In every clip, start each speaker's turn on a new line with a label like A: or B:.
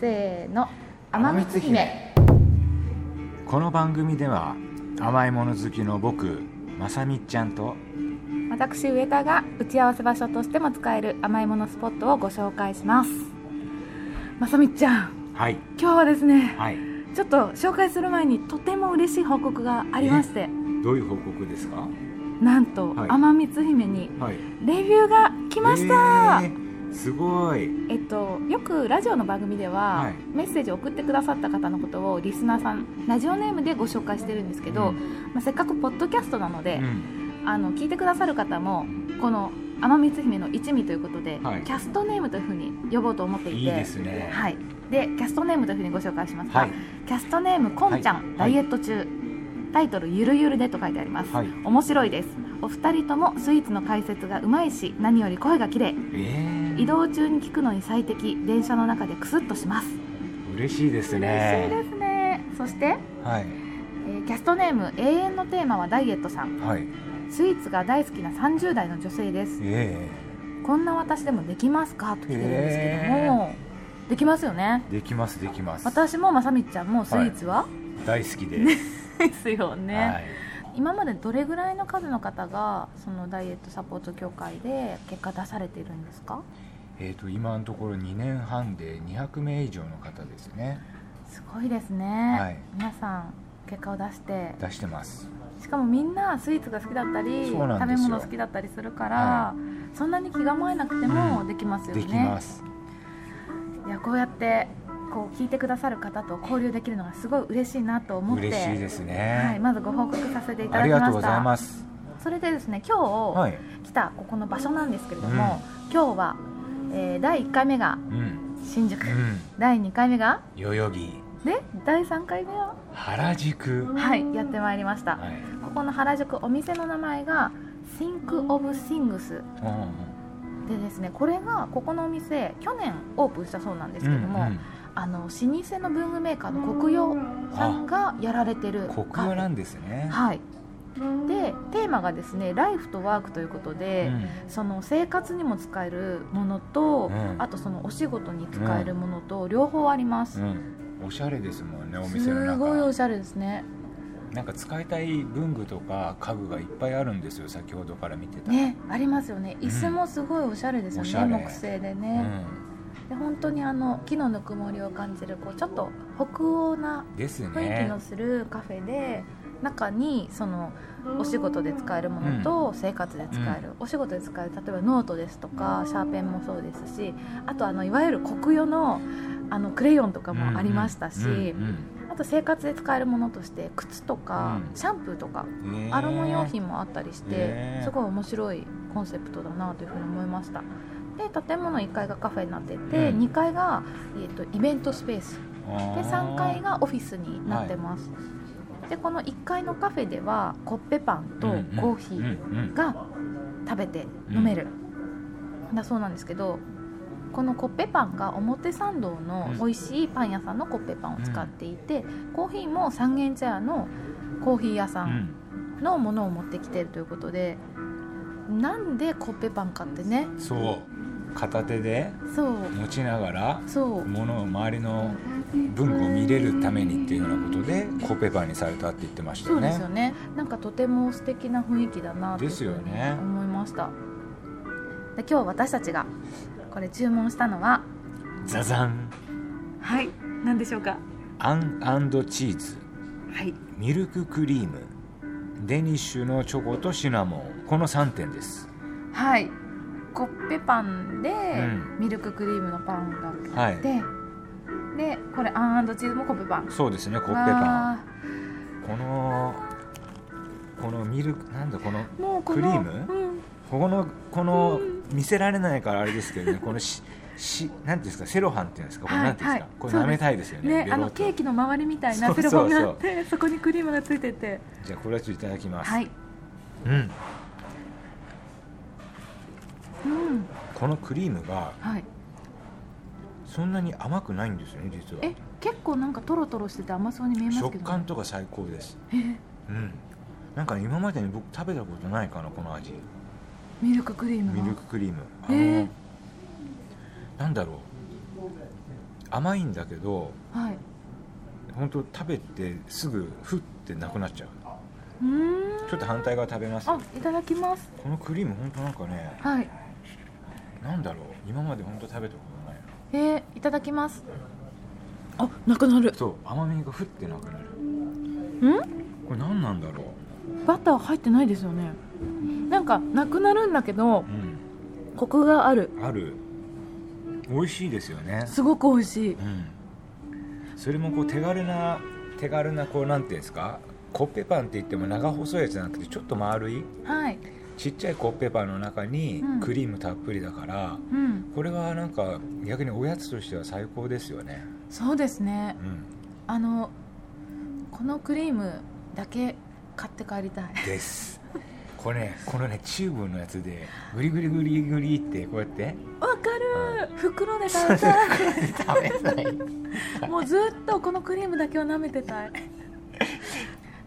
A: せーの甘光姫
B: この番組では甘いもの好きの僕まさみっちゃんと
A: 私上田が打ち合わせ場所としても使える甘いものスポットをご紹介しますまさみっちゃん
B: はい
A: 今日はですね
B: はい
A: ちょっと紹介する前にとても嬉しい報告がありまして
B: どういう報告ですか
A: なんと
B: はい
A: 甘光姫に
B: はい
A: レビューが来ました、
B: えーすごい
A: えっと、よくラジオの番組では、
B: はい
A: メッセージを送ってくださった方のことをリスナーさんラジオネームでご紹介してるんですけど、
B: うん
A: まあ、せっかくポッドキャストなの
B: う
A: で、
B: ん
A: あの聞いてくださる方もこの天光姫の一味ということで、
B: はい
A: キャストネームというふうに呼ぼうと思っていて
B: いいですね
A: はい、でキャストネームというふうにご紹介しますが、
B: はい
A: キャストネームこんちゃん、
B: はい
A: ダイエット中タイトル「ゆるゆるで」と書いてあります、
B: はい
A: 面白いですお二人ともスイーツの解説がうまいし何より声が綺麗
B: え
A: 移動中に聞くのに最適電車の中でクスッとします
B: ー、嬉しいです
A: 嬉しい
B: ね
A: ですねそして、
B: はい
A: えーキャストネーム永遠のテーマはダイエットさん
B: はい
A: スイーツが大好きな30代の女性です
B: え
A: こんな私でもできますかと来てるんですけども、できますよね
B: ー、できますできます
A: 私もまさみっちゃんもスイーツは、
B: 大好きです、
A: ですよね、今までどれぐらいの数の方がそのダイエットサポート協会で結果出されてるんですか
B: えー、と今のところ2年半で200名以上の方ですね
A: すごいですね、
B: はい
A: 皆さん結果を出して
B: 出してます
A: しかもみんなスイーツが好きだったり
B: そうなん
A: 食
B: で
A: べ
B: すよ
A: 物好きだったりするから、
B: は
A: そんなに気構えなくて
B: う
A: も
B: ん
A: できますよね、
B: できます
A: いやこうやってこう聞いてくださる方と交流できるのがすごい嬉しいなと思って
B: 嬉しいです
A: はい、
B: ね、
A: まずご報告させていた
B: あ
A: だき
B: り
A: まし
B: が
A: た
B: とうございます
A: それでですね今日
B: はい、
A: 来たここの場所なんですけれども、今日は、えー第1回目が
B: うん
A: 新宿、
B: うん、
A: 第2回目が
B: 代々木
A: で第3回目は、
B: 原宿
A: はいやってまいりました、
B: はい、
A: ここの原宿お店の名前が Think of Things
B: うん
A: でですねこれがここのお店去年オープンしたそうなんですけども、
B: うん
A: あの老舗の文具メーカーの黒曜さんがやられてる
B: うん、国用なんですね、
A: はいでテーマがですね「ライフとワーク」ということ
B: う
A: で、
B: ん
A: その生活にも使えるものと、
B: うん
A: あとそのお仕事に使えるものと両方あります、
B: うん、おしゃれですもんねお店の
A: すごいお
B: 中
A: しゃれですね
B: なんか使いたい文具とか家具がいっぱいあるんですよ先ほどから見てた、
A: ねありますよね
B: うん
A: 椅子もすごいおしゃれですよ
B: おしゃれ
A: ね、木製で
B: う
A: ね、
B: ん、
A: で本当にあの木のぬくもりを感じるこうちょっと北欧な
B: ですね
A: 雰囲気のするカフェで中にそのお仕事で使えるものと生活で使える、お仕事で使える例えばノートですとかシャーペンもそうですしあとあのいわゆる黒用のあのクレヨンとかもありましたし、
B: うん
A: あと生活で使えるものとして靴とか、
B: うん
A: シャンプーとか
B: うんうん
A: アロマ用品もあったりして、
B: ね
A: すごい面白いコンセプトだなというふうに思いましたで建物1階がカフェになってて、
B: うん
A: 2階が、えー、とイベントスペース
B: あー
A: で3階がオフィスになってます、でこの1階のカフェではコッペパンとコーヒ
B: うん
A: ー
B: うんうん
A: が食べて飲める、だそうなんですけどこのコッペパンが表参道の美味しいパン屋さんのコッペパンを使っていて、コーヒーも三軒茶屋のコーヒー屋さ
B: うんん
A: のものを持ってきてるということで、なんでコッペパンかってね
B: そう片手で
A: そう
B: 持ちながら
A: そう
B: ものを周りの文具を見れるためにっていうようなことでコペパーにされたって言ってました
A: そ
B: よ
A: うで
B: ね
A: すよねなんかとても素敵な雰囲気だなという
B: です
A: ふ
B: よ
A: うに
B: ね
A: 思いましたで今日私たちがこれ注文したのは
B: ザザン
A: はい何でしょうか
B: あんチーズ
A: はい
B: ミルククリームデニッシュのチョコとシナモンこの3点です
A: はいコッペパンで
B: ん
A: ミルククリームのパンが
B: は
A: あっ
B: い
A: て、でこれあんチーズもコッペパン
B: そうですねコッペパン
A: わ
B: このこのミルクなんだこの
A: ーもうこの
B: クリーム
A: うん、
B: ここのこの見せられないからあれです けどねこのししなんていうんですかセロハンっていうんですかこれ
A: はい
B: なんていうんですか
A: はい
B: これ舐めたいですよね
A: ね
B: ベ
A: あ
B: ロ
A: の
B: ッと
A: ケーキの周りみたいな
B: そうそ
A: セロ
B: うそ
A: ハ
B: う
A: ンがあってそこにクリームがついてて
B: じゃあこれはちょっといただきます
A: はい
B: うん
A: うん
B: このクリームが
A: はい
B: そんなに甘くないんですよね実は
A: え結構なんかトロトロしてて甘そうに見えますけど、ね、
B: 食感とか最高です
A: えー
B: うんなんかね今までに僕食べたことないかなこの味
A: ミルククリーム
B: ミル
A: が
B: ククリームあ
A: へえ
B: のなんだろう甘いんだけど
A: はい
B: 本当食べてすぐふってなくなっちゃう
A: うーん
B: ちょっと反対側食べます
A: あいただきます
B: このクリーム本当なんかね
A: はい
B: なんだろう今まで本当食べたことない
A: えー、いただきますあなくなる
B: そう甘みがふってなくなる
A: ん
B: これ何なんだろ
A: バター入ってないですよねなんかなくなるんだけど
B: う、う
A: コクがある
B: ん、ある美味しいですよね
A: すごく美味しい
B: うんそれもこう手軽な手軽なこうなんていうんですかコッペパンって言っても長細いやつじゃなくてちょっと丸い
A: はい
B: ちっちゃいコッペパンの中に
A: うん
B: クリームたっぷりだから、
A: うん
B: これはなんか逆におやつとしては最高ですよね
A: そうですね
B: うん
A: あのこのクリームだけ買って帰りたい
B: ですこれねこのねチューブのやつでグリグリグリグリってこうやって
A: わかる袋で食べたい
B: 食べない
A: もうずっとこのクリームだけを舐めてたい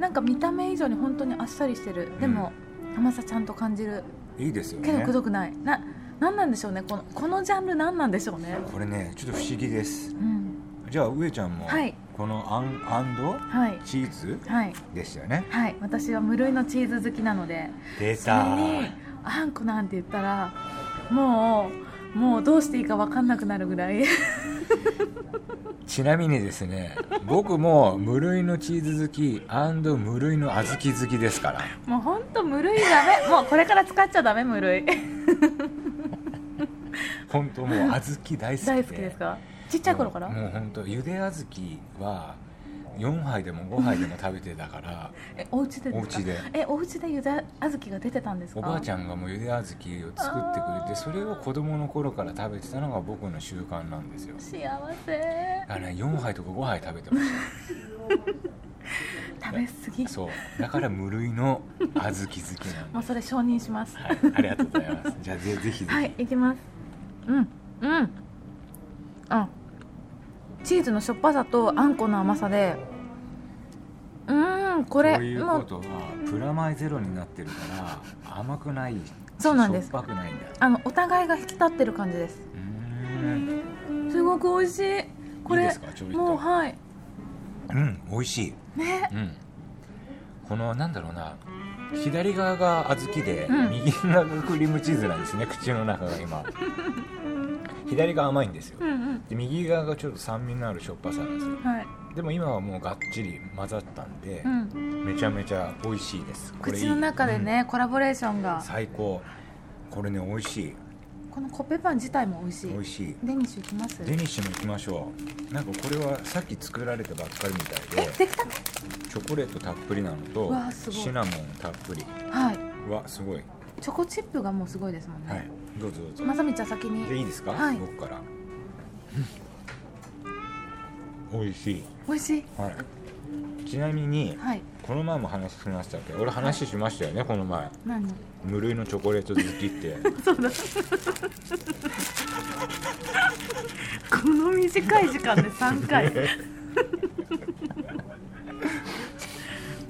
A: なんか見た目以上に本当にあっさりしてるでも、甘さちゃんと感じる
B: いいですよ
A: けど
B: ね
A: くどくないな何なんでしょうねこのこのジャンル何なんでしょうね
B: これねちょっと不思議です
A: うん
B: じゃあ上ちゃんも
A: はい
B: このアンアンド
A: はい
B: チーズ
A: はい
B: でしたよね
A: はい私は無類のチーズ好きなので
B: 出
A: それにあんこなんて言ったらもうもうどうしていいか分かんなくなるぐらい
B: ちなみにですね僕も無類のチーズ好き無類の小豆好きですから
A: もうほんと無類ダメもうこれから使っちゃダメ無類
B: 本当もう小豆大好きで
A: 大好きですかちっちゃい頃から
B: もうもう本当ゆで小豆は4杯でも5杯でも食べてたから
A: えお家で
B: お
A: ですか
B: 家で
A: えお家でゆであずきが出てたんですか
B: おばあち
A: ゃん
B: ゃんがもうゆで小豆を作ってくれてそれを子供の頃から食べてたのが僕の習慣なんですよ
A: 幸せ
B: だからね4杯とか5杯食べてまし
A: 食べ過ぎ
B: たそうだから無類の小豆好きな
A: も
B: ん
A: う
B: です
A: それ承認します
B: はい、ありがとうございますじゃあぜぜひぜひ、
A: はいいきますうんうんあチーズのしょっぱさとあんこの甘さでうーんこ
B: こ
A: れ
B: ういう
A: も
B: こ
A: う
B: とはプラマイゼロになってるから甘くない
A: そうなんです
B: しょっぱくないんだ
A: あのお互いが引き立ってる感じです
B: うーん
A: すごく美味しいこれ
B: いいですかちょびっと
A: もうはい
B: うん美味しい
A: ね
B: うん、このなんだろうな左側が小豆で、
A: うん
B: 右側がクリームチーズなんですね 口の中が今左が甘いんですよ
A: うんうん
B: で右側がちょっと酸味のあるしょっぱさなんですよ
A: はい、
B: でも今はもうがっちり混ざったんで
A: う、ん、
B: めちゃめちゃ美味しいですこれいい
A: 口の中でね、コラボレーション
B: うん
A: が
B: 最高これね美味しい
A: このコッペパン自体も美味しい
B: 美味しい
A: デニッシュいきます
B: デニッシュもいきましょうなんかこれはさっき作られたばっかりみたい
A: え
B: で
A: できたね
B: チョコレートたっぷりなのと
A: わあすごい
B: シナモンたっぷり
A: はい
B: わすごい
A: チョコチップがもうすごいですもんね、
B: はい、どうぞどうぞ。
A: まさみちゃん先に
B: でいいですか、
A: はい
B: 僕から。美味しい。
A: 美味しい
B: はい。ちなみに、
A: はい
B: この前も話しましたっけ俺話しましたよね、この前。
A: 何
B: 無類のチョコレート好 きって。
A: そうだこの短い時間で3回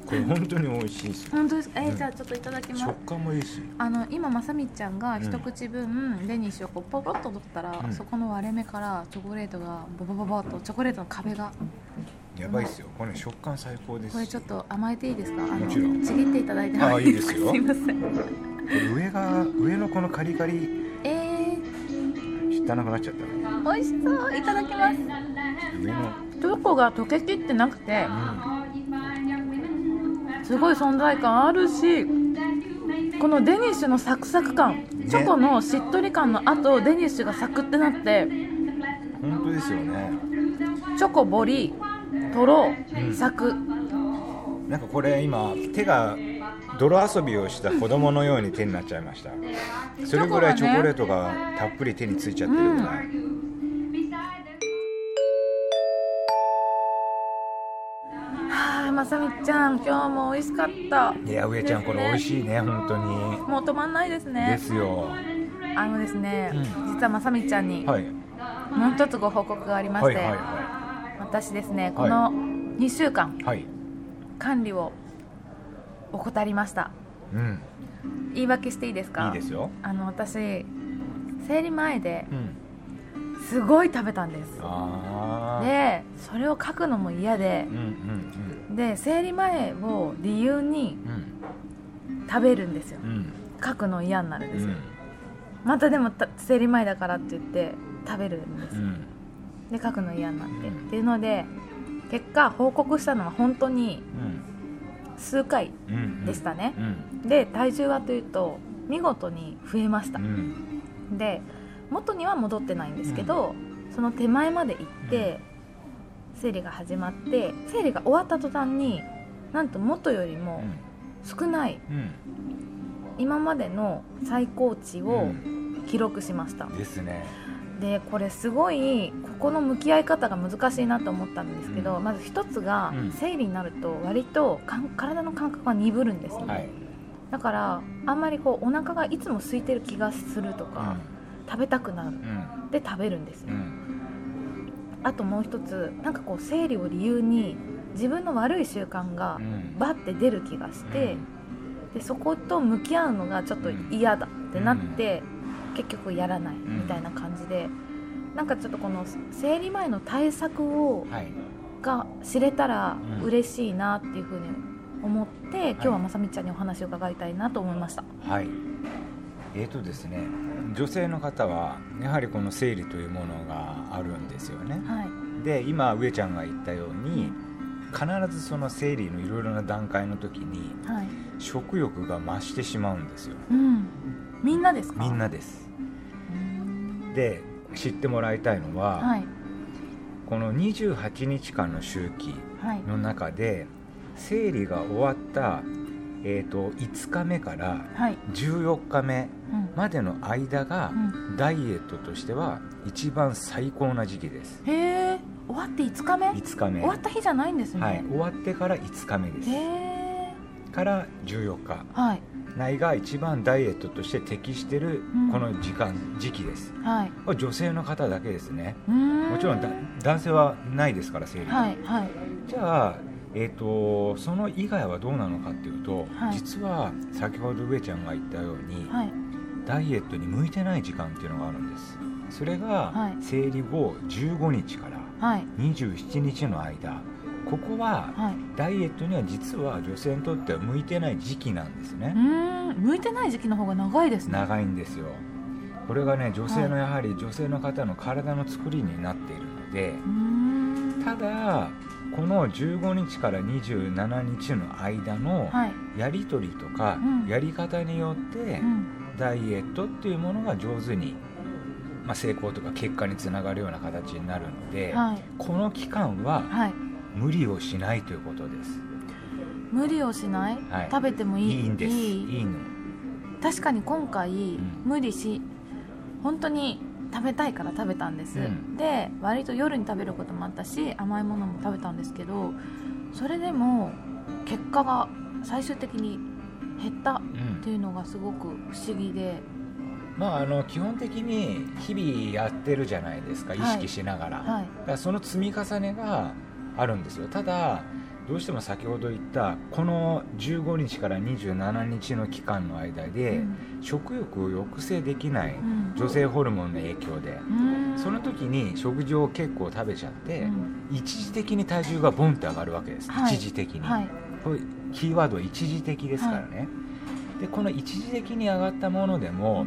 B: これ本当に美味しいし。
A: 本当ですかえー
B: うん
A: じゃあちょっといただきます
B: 食感もいいし。
A: あの今まさみちゃんが一口分デニッシュをこうポロッと取ったら、
B: うん
A: そこの割れ目からチョコレートがボボボボっとチョコレートの壁が
B: やばいっすよ。これ、ね、食感最高です。
A: これちょっと甘えていいですかあの
B: もちろん
A: ちぎっていただいてもか
B: あいいです よ
A: すいません
B: これ上が、上のこのカリカリ、
A: え
B: 汚くなっちゃったね。
A: ー、美味しそういただきます
B: 上の。
A: チョコが溶けきってなくて
B: うん。
A: すごい存在感あるしこのデニッシュのサクサク感チョコのしっとり感のあとデニッシュがサクってなって
B: 本当ですよね。
A: チョコボリとろ
B: うん
A: サク
B: なんかこれ今手が泥遊びをした子供のように手になっちゃいましたそれぐらいチョコレートがたっぷり手についちゃってるぐらい、
A: はあまさみちゃん今日も美味しかった
B: いや上ちゃんこれ美味しいね本当に
A: もう止まんないです
B: で
A: ね
B: すよ
A: あのですね、
B: うん
A: 実はまさみちゃんにも
B: は
A: う
B: い
A: 一つご報告がありま
B: は
A: し
B: い
A: て、
B: は
A: 私ですねこの2週間
B: いはいはい
A: 管理を怠りました
B: うん
A: 言い訳していいですか
B: いいですよ
A: あの私生理前で
B: うん
A: すごい食べたんです
B: あー
A: でそれを書くのも嫌で
B: うん
A: で生理前を理由に
B: うんうん
A: 食べるんですよ
B: うんうん
A: 書くの嫌になるん
B: う
A: ですよ、
B: ん
A: またでもた生理前だからって言って食べるんです
B: う
A: よ、
B: ん
A: で書くの嫌になって、
B: うん
A: っていうので結果報告したのは本当に数回
B: うんうん
A: でしたね
B: う、ん
A: で体重はというと見事に増えました、
B: うん
A: で元には戻ってないんですけど、その手前まで行って、生理が始まって生理が終わった途端になんと元よりも少ない
B: うん
A: 今までの最高値
B: うん
A: を記録しました、
B: ですね
A: でこれすごいここの向き合い方が難しいなと思ったんですけど、
B: うん
A: まず一つが、
B: うん
A: 生理になると割とかん体の感覚が鈍るんですね、
B: はい
A: だからあんまりこうお腹がいつも空いてる気がするとか、食べたくなる
B: うんうん
A: で食べるんですよ、
B: うん
A: あともう一つなんかこう生理を理由に自分の悪い習慣が
B: うん
A: バッて出る気がして、でそこと向き合うのがちょっと嫌だってなって、結局やらないみたいな感じで、なんかちょっとこの生理前の対策を
B: はい
A: が知れたら
B: うん
A: 嬉しいなっていうふうに思って、今日はまさみちゃんにお話を伺いたいなと思いました、
B: はいえーとですね女性の方はやはりこの生理というものがあるんですよね
A: はい
B: で今上ちゃんが言ったように必ずその生理のいろいろな段階の時に
A: はい
B: 食欲が増してしまうんですよ
A: うん、みんなですか
B: みんなです
A: うん
B: で知ってもらいたいのは、
A: はい
B: この28日間の周期
A: はい
B: の中で生理が終わった、えー、と5日目から
A: はい、
B: 14日目
A: うん
B: までの間が、
A: う
B: ダイエットとしては一番最高な時期です
A: ん、へえ終わって5日目
B: 5日目
A: 終わった日じゃないんですね、
B: はい、終わってから5日目です
A: へえ
B: から14日
A: はい
B: 内が一番ダイエットとして適してる
A: うん
B: この時間時期です
A: はい
B: これ女性の方だけですね
A: も
B: もちろんだ男性はないですから生理が
A: はいはい
B: じゃあ、えー、とその以外はどうなのかっていうと、
A: はい
B: 実は先ほど上ちゃんが言ったように、
A: はい
B: ダイエットに向いてない時間っていうのがあるんですそれが、
A: はい
B: 生理後15日から
A: はい
B: 27日の間ここは
A: はい
B: ダイエットには実は女性にとっては向いてない時期なんです
A: う
B: ね
A: ーん向いてない時期の方が長いですね
B: 長いんですよこれがね女性の
A: は
B: やはり女性の方の体の作りになっているので
A: うーん
B: ただこの15日から27日の間の
A: はい
B: やり取りとか
A: うん
B: やり方によって
A: うん
B: ダイエットっていうものが上手に、まあ、成功とか結果につながるような形になるので
A: はい
B: この期間は
A: はい
B: 無理をしないということです
A: 無理をしない、
B: はい
A: 食べてもい
B: い
A: い
B: いんですい
A: いい
B: いの
A: 確かに今回、
B: ん
A: 無理し本当に食べたいから食べたんです、
B: うん
A: で割と夜に食べることもあったし甘いものも食べたんですけどそれでも結果が最終的に減った
B: う
A: っ
B: ん
A: ていうのがすごく不思議で
B: まああの基本的に日々やってるじゃないですか
A: は
B: 意
A: い
B: 識しながら,、
A: はい
B: だからその積み重ねがあるんですよただどうしても先ほど言ったこの15日から27日の期間の間で、食欲を抑制できない
A: うん
B: 女性ホルモンの影響で
A: うん
B: その時に食事を結構食べちゃって、
A: うん
B: 一時的に体重がボンって上がるわけです、
A: はい
B: 一時的に、
A: はい
B: これキーワードは一時的ですからね、でこの一時的に上がったものでも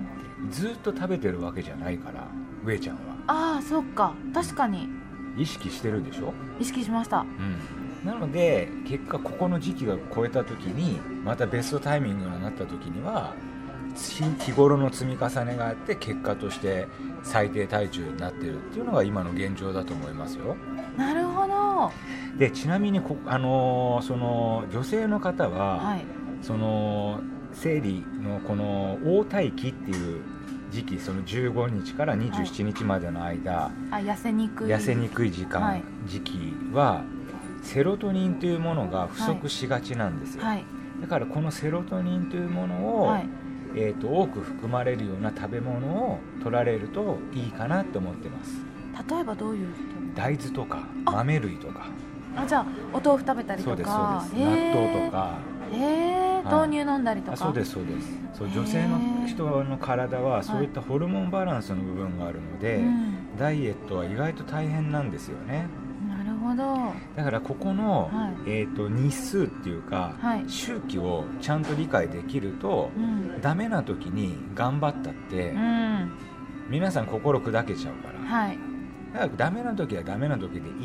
B: ずっと食べてるわけじゃないから上ちゃんは
A: ああそっか確かに
B: 意識してるでしょ、
A: 意識しました
B: なので結果ここの時期が超えた時にまたベストタイミングになった時には日日頃の積み重ねがあって結果として最低体重になってるっていうのが今の現状だと思いますよ
A: なるほどは
B: でちなみにこ、あのーその女性の方は、
A: い
B: その生理のこの応対期っていう時期その15日から27日までの間、
A: あ痩せにくい
B: 痩せにくい時間、
A: はい
B: 時期はセロトニンというものが不足しがちなんですよ、
A: はい
B: だからこのセロトニンというものを、
A: はい
B: えー、と多く含まれるような食べ物を取られるといいかなと思ってます
A: 例えばどういう人
B: 大豆とか
A: あ
B: 豆類とか
A: あじゃあお豆腐食べたり
B: そう
A: と
B: です
A: か
B: そうです納豆とか
A: へえ
B: はい
A: 豆乳飲んだりと
B: あ
A: か
B: そうですそうですそう
A: へー
B: 女性の人の体はそういったホルモンバランスの部分があるので、
A: うん
B: ダイエットは意外と大変なんですよね
A: なるほどは
B: だからここの、
A: はい
B: えー、と日数っていうか、
A: い、
B: 周期をちゃんと理解できると
A: う、ん
B: ダメな時に頑張ったって、
A: うん
B: 皆さん心砕けちゃうから、
A: はい
B: だからダメな時はダメな時でいい、
A: うんうん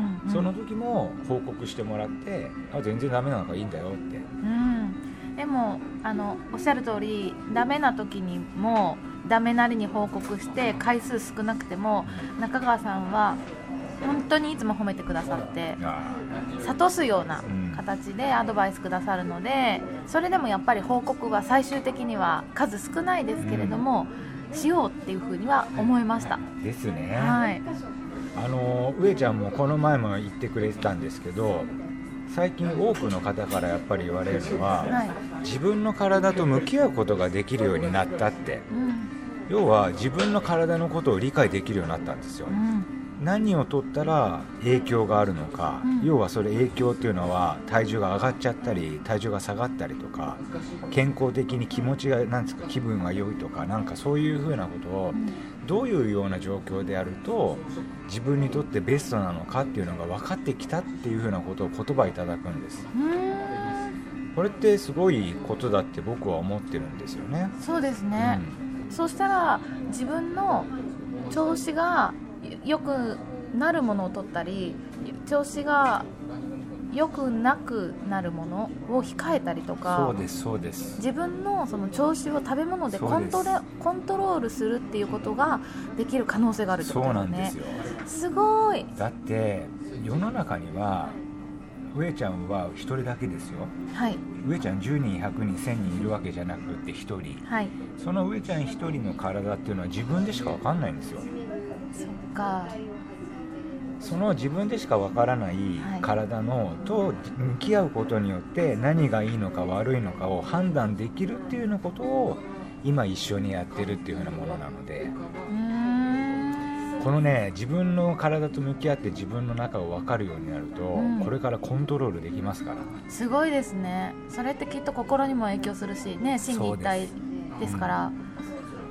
A: うん
B: その時も報告してもらってあ全然ダメなのからいいんだよっ
A: う
B: て
A: んでもあのおっしゃる通りダメな時にもダメなりに報告して回数少なくても中川さんは本当にいつも褒めてくださって
B: あ
A: 諭すような
B: うん
A: 形でアドバイスくださるのでそれでもやっぱり報告は最終的には数少ないですけれども、しようっていうふうには思いました、
B: ーですね、
A: はい
B: あの上ちゃんもこの前も言ってくれてたんですけど最近多くの方からやっぱり言われるのは、
A: はい、
B: 自分の体と向き合うことができるようになったって
A: うん
B: 要は自分の体のことを理解できるようになったんですよ、
A: うん
B: 何を取ったら影響があるのか、
A: うん
B: 要はそれ影響っていうのは体重が上がっちゃったり体重が下がったりとか健康的に気持ちがなんですか気分が良いとかなんかそういうふうなことをどういうような状況であると自分にとってベストなのかっていうのが分かってきたっていうふうなことを言葉いただくんです
A: うん
B: これってすごいことだって僕は思ってるんですよね
A: そうですね、そうしたら自分の調子が良くなるものを取ったり調子が良くなくなるものを控えたりと
B: うん
A: か
B: そうですそうです
A: 自分のその調子を食べ物でコント
B: そう
A: ロコントロールするっていうことができる可能性があるってこ
B: そ
A: と
B: う
A: だ
B: な
A: よ
B: んで
A: ね
B: すよ
A: すごい
B: だって世の中には上ちゃんは1人だけですよ
A: はい
B: 上ちゃん10人100人1000人いるわけじゃなくて1人
A: はい
B: その上ちゃん1人の体っていうのは自分でしか分かんないんですよ
A: そっか
B: その自分でしかわからない
A: はい
B: 体のと向き合うことによって何がいいのか悪いのかを判断できるっていうようなことを今一緒にやってるっていうふうなものなので
A: うーん
B: このね自分の体と向き合って自分の中を分かるようになると、
A: うん
B: これからコントロールできますから
A: すごいですねそれってきっと心にも影響するしね心理一体ですから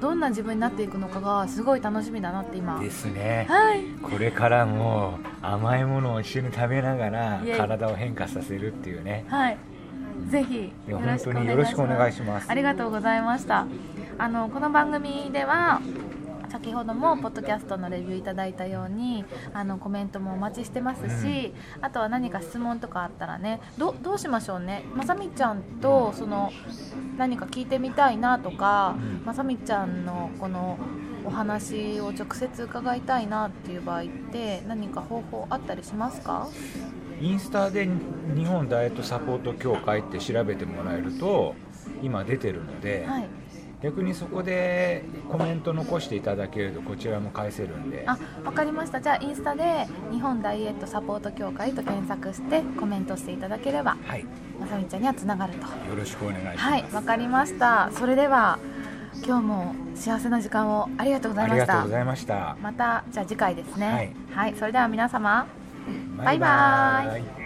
A: どんな自分になっていくのかがすごい楽しみだなって今
B: ですね
A: はい
B: これからも甘いものを一緒に食べながら
A: イエイ
B: 体を変化させるっていうね
A: はいぜひ
B: いや本当によろしくお願いします
A: ありがとうございましたあのこの番組では先ほどもポッドキャストのレビューいただいたようにあのコメントもお待ちしてますし、あとは何か質問とかあったらねどどうしましょうねまさみちゃんとその何か聞いてみたいなとか、
B: うん
A: まさみちゃんのこのお話を直接伺いたいなっていう場合って何か方法あったりしますか
B: インスタで日本ダイエットサポート協会って調べてもらえると今出てるので、
A: はい
B: 逆にそこでコメント残していただけるとこちらも返せるんで
A: あ、わかりました。じゃあインスタで日本ダイエットサポート協会と検索してコメントしていただければ
B: はい、よ
A: まさみちゃんにはつながると。
B: ろしくお願いします、
A: はい、わかりました。それでは今日も幸せな時間をありがとうござ
B: あ
A: い
B: り
A: ま
B: が
A: し
B: とう
A: た
B: ご。ざいました
A: またじゃあ次回ですね。
B: はい
A: はい、それでは皆様。バイバイ
B: バイ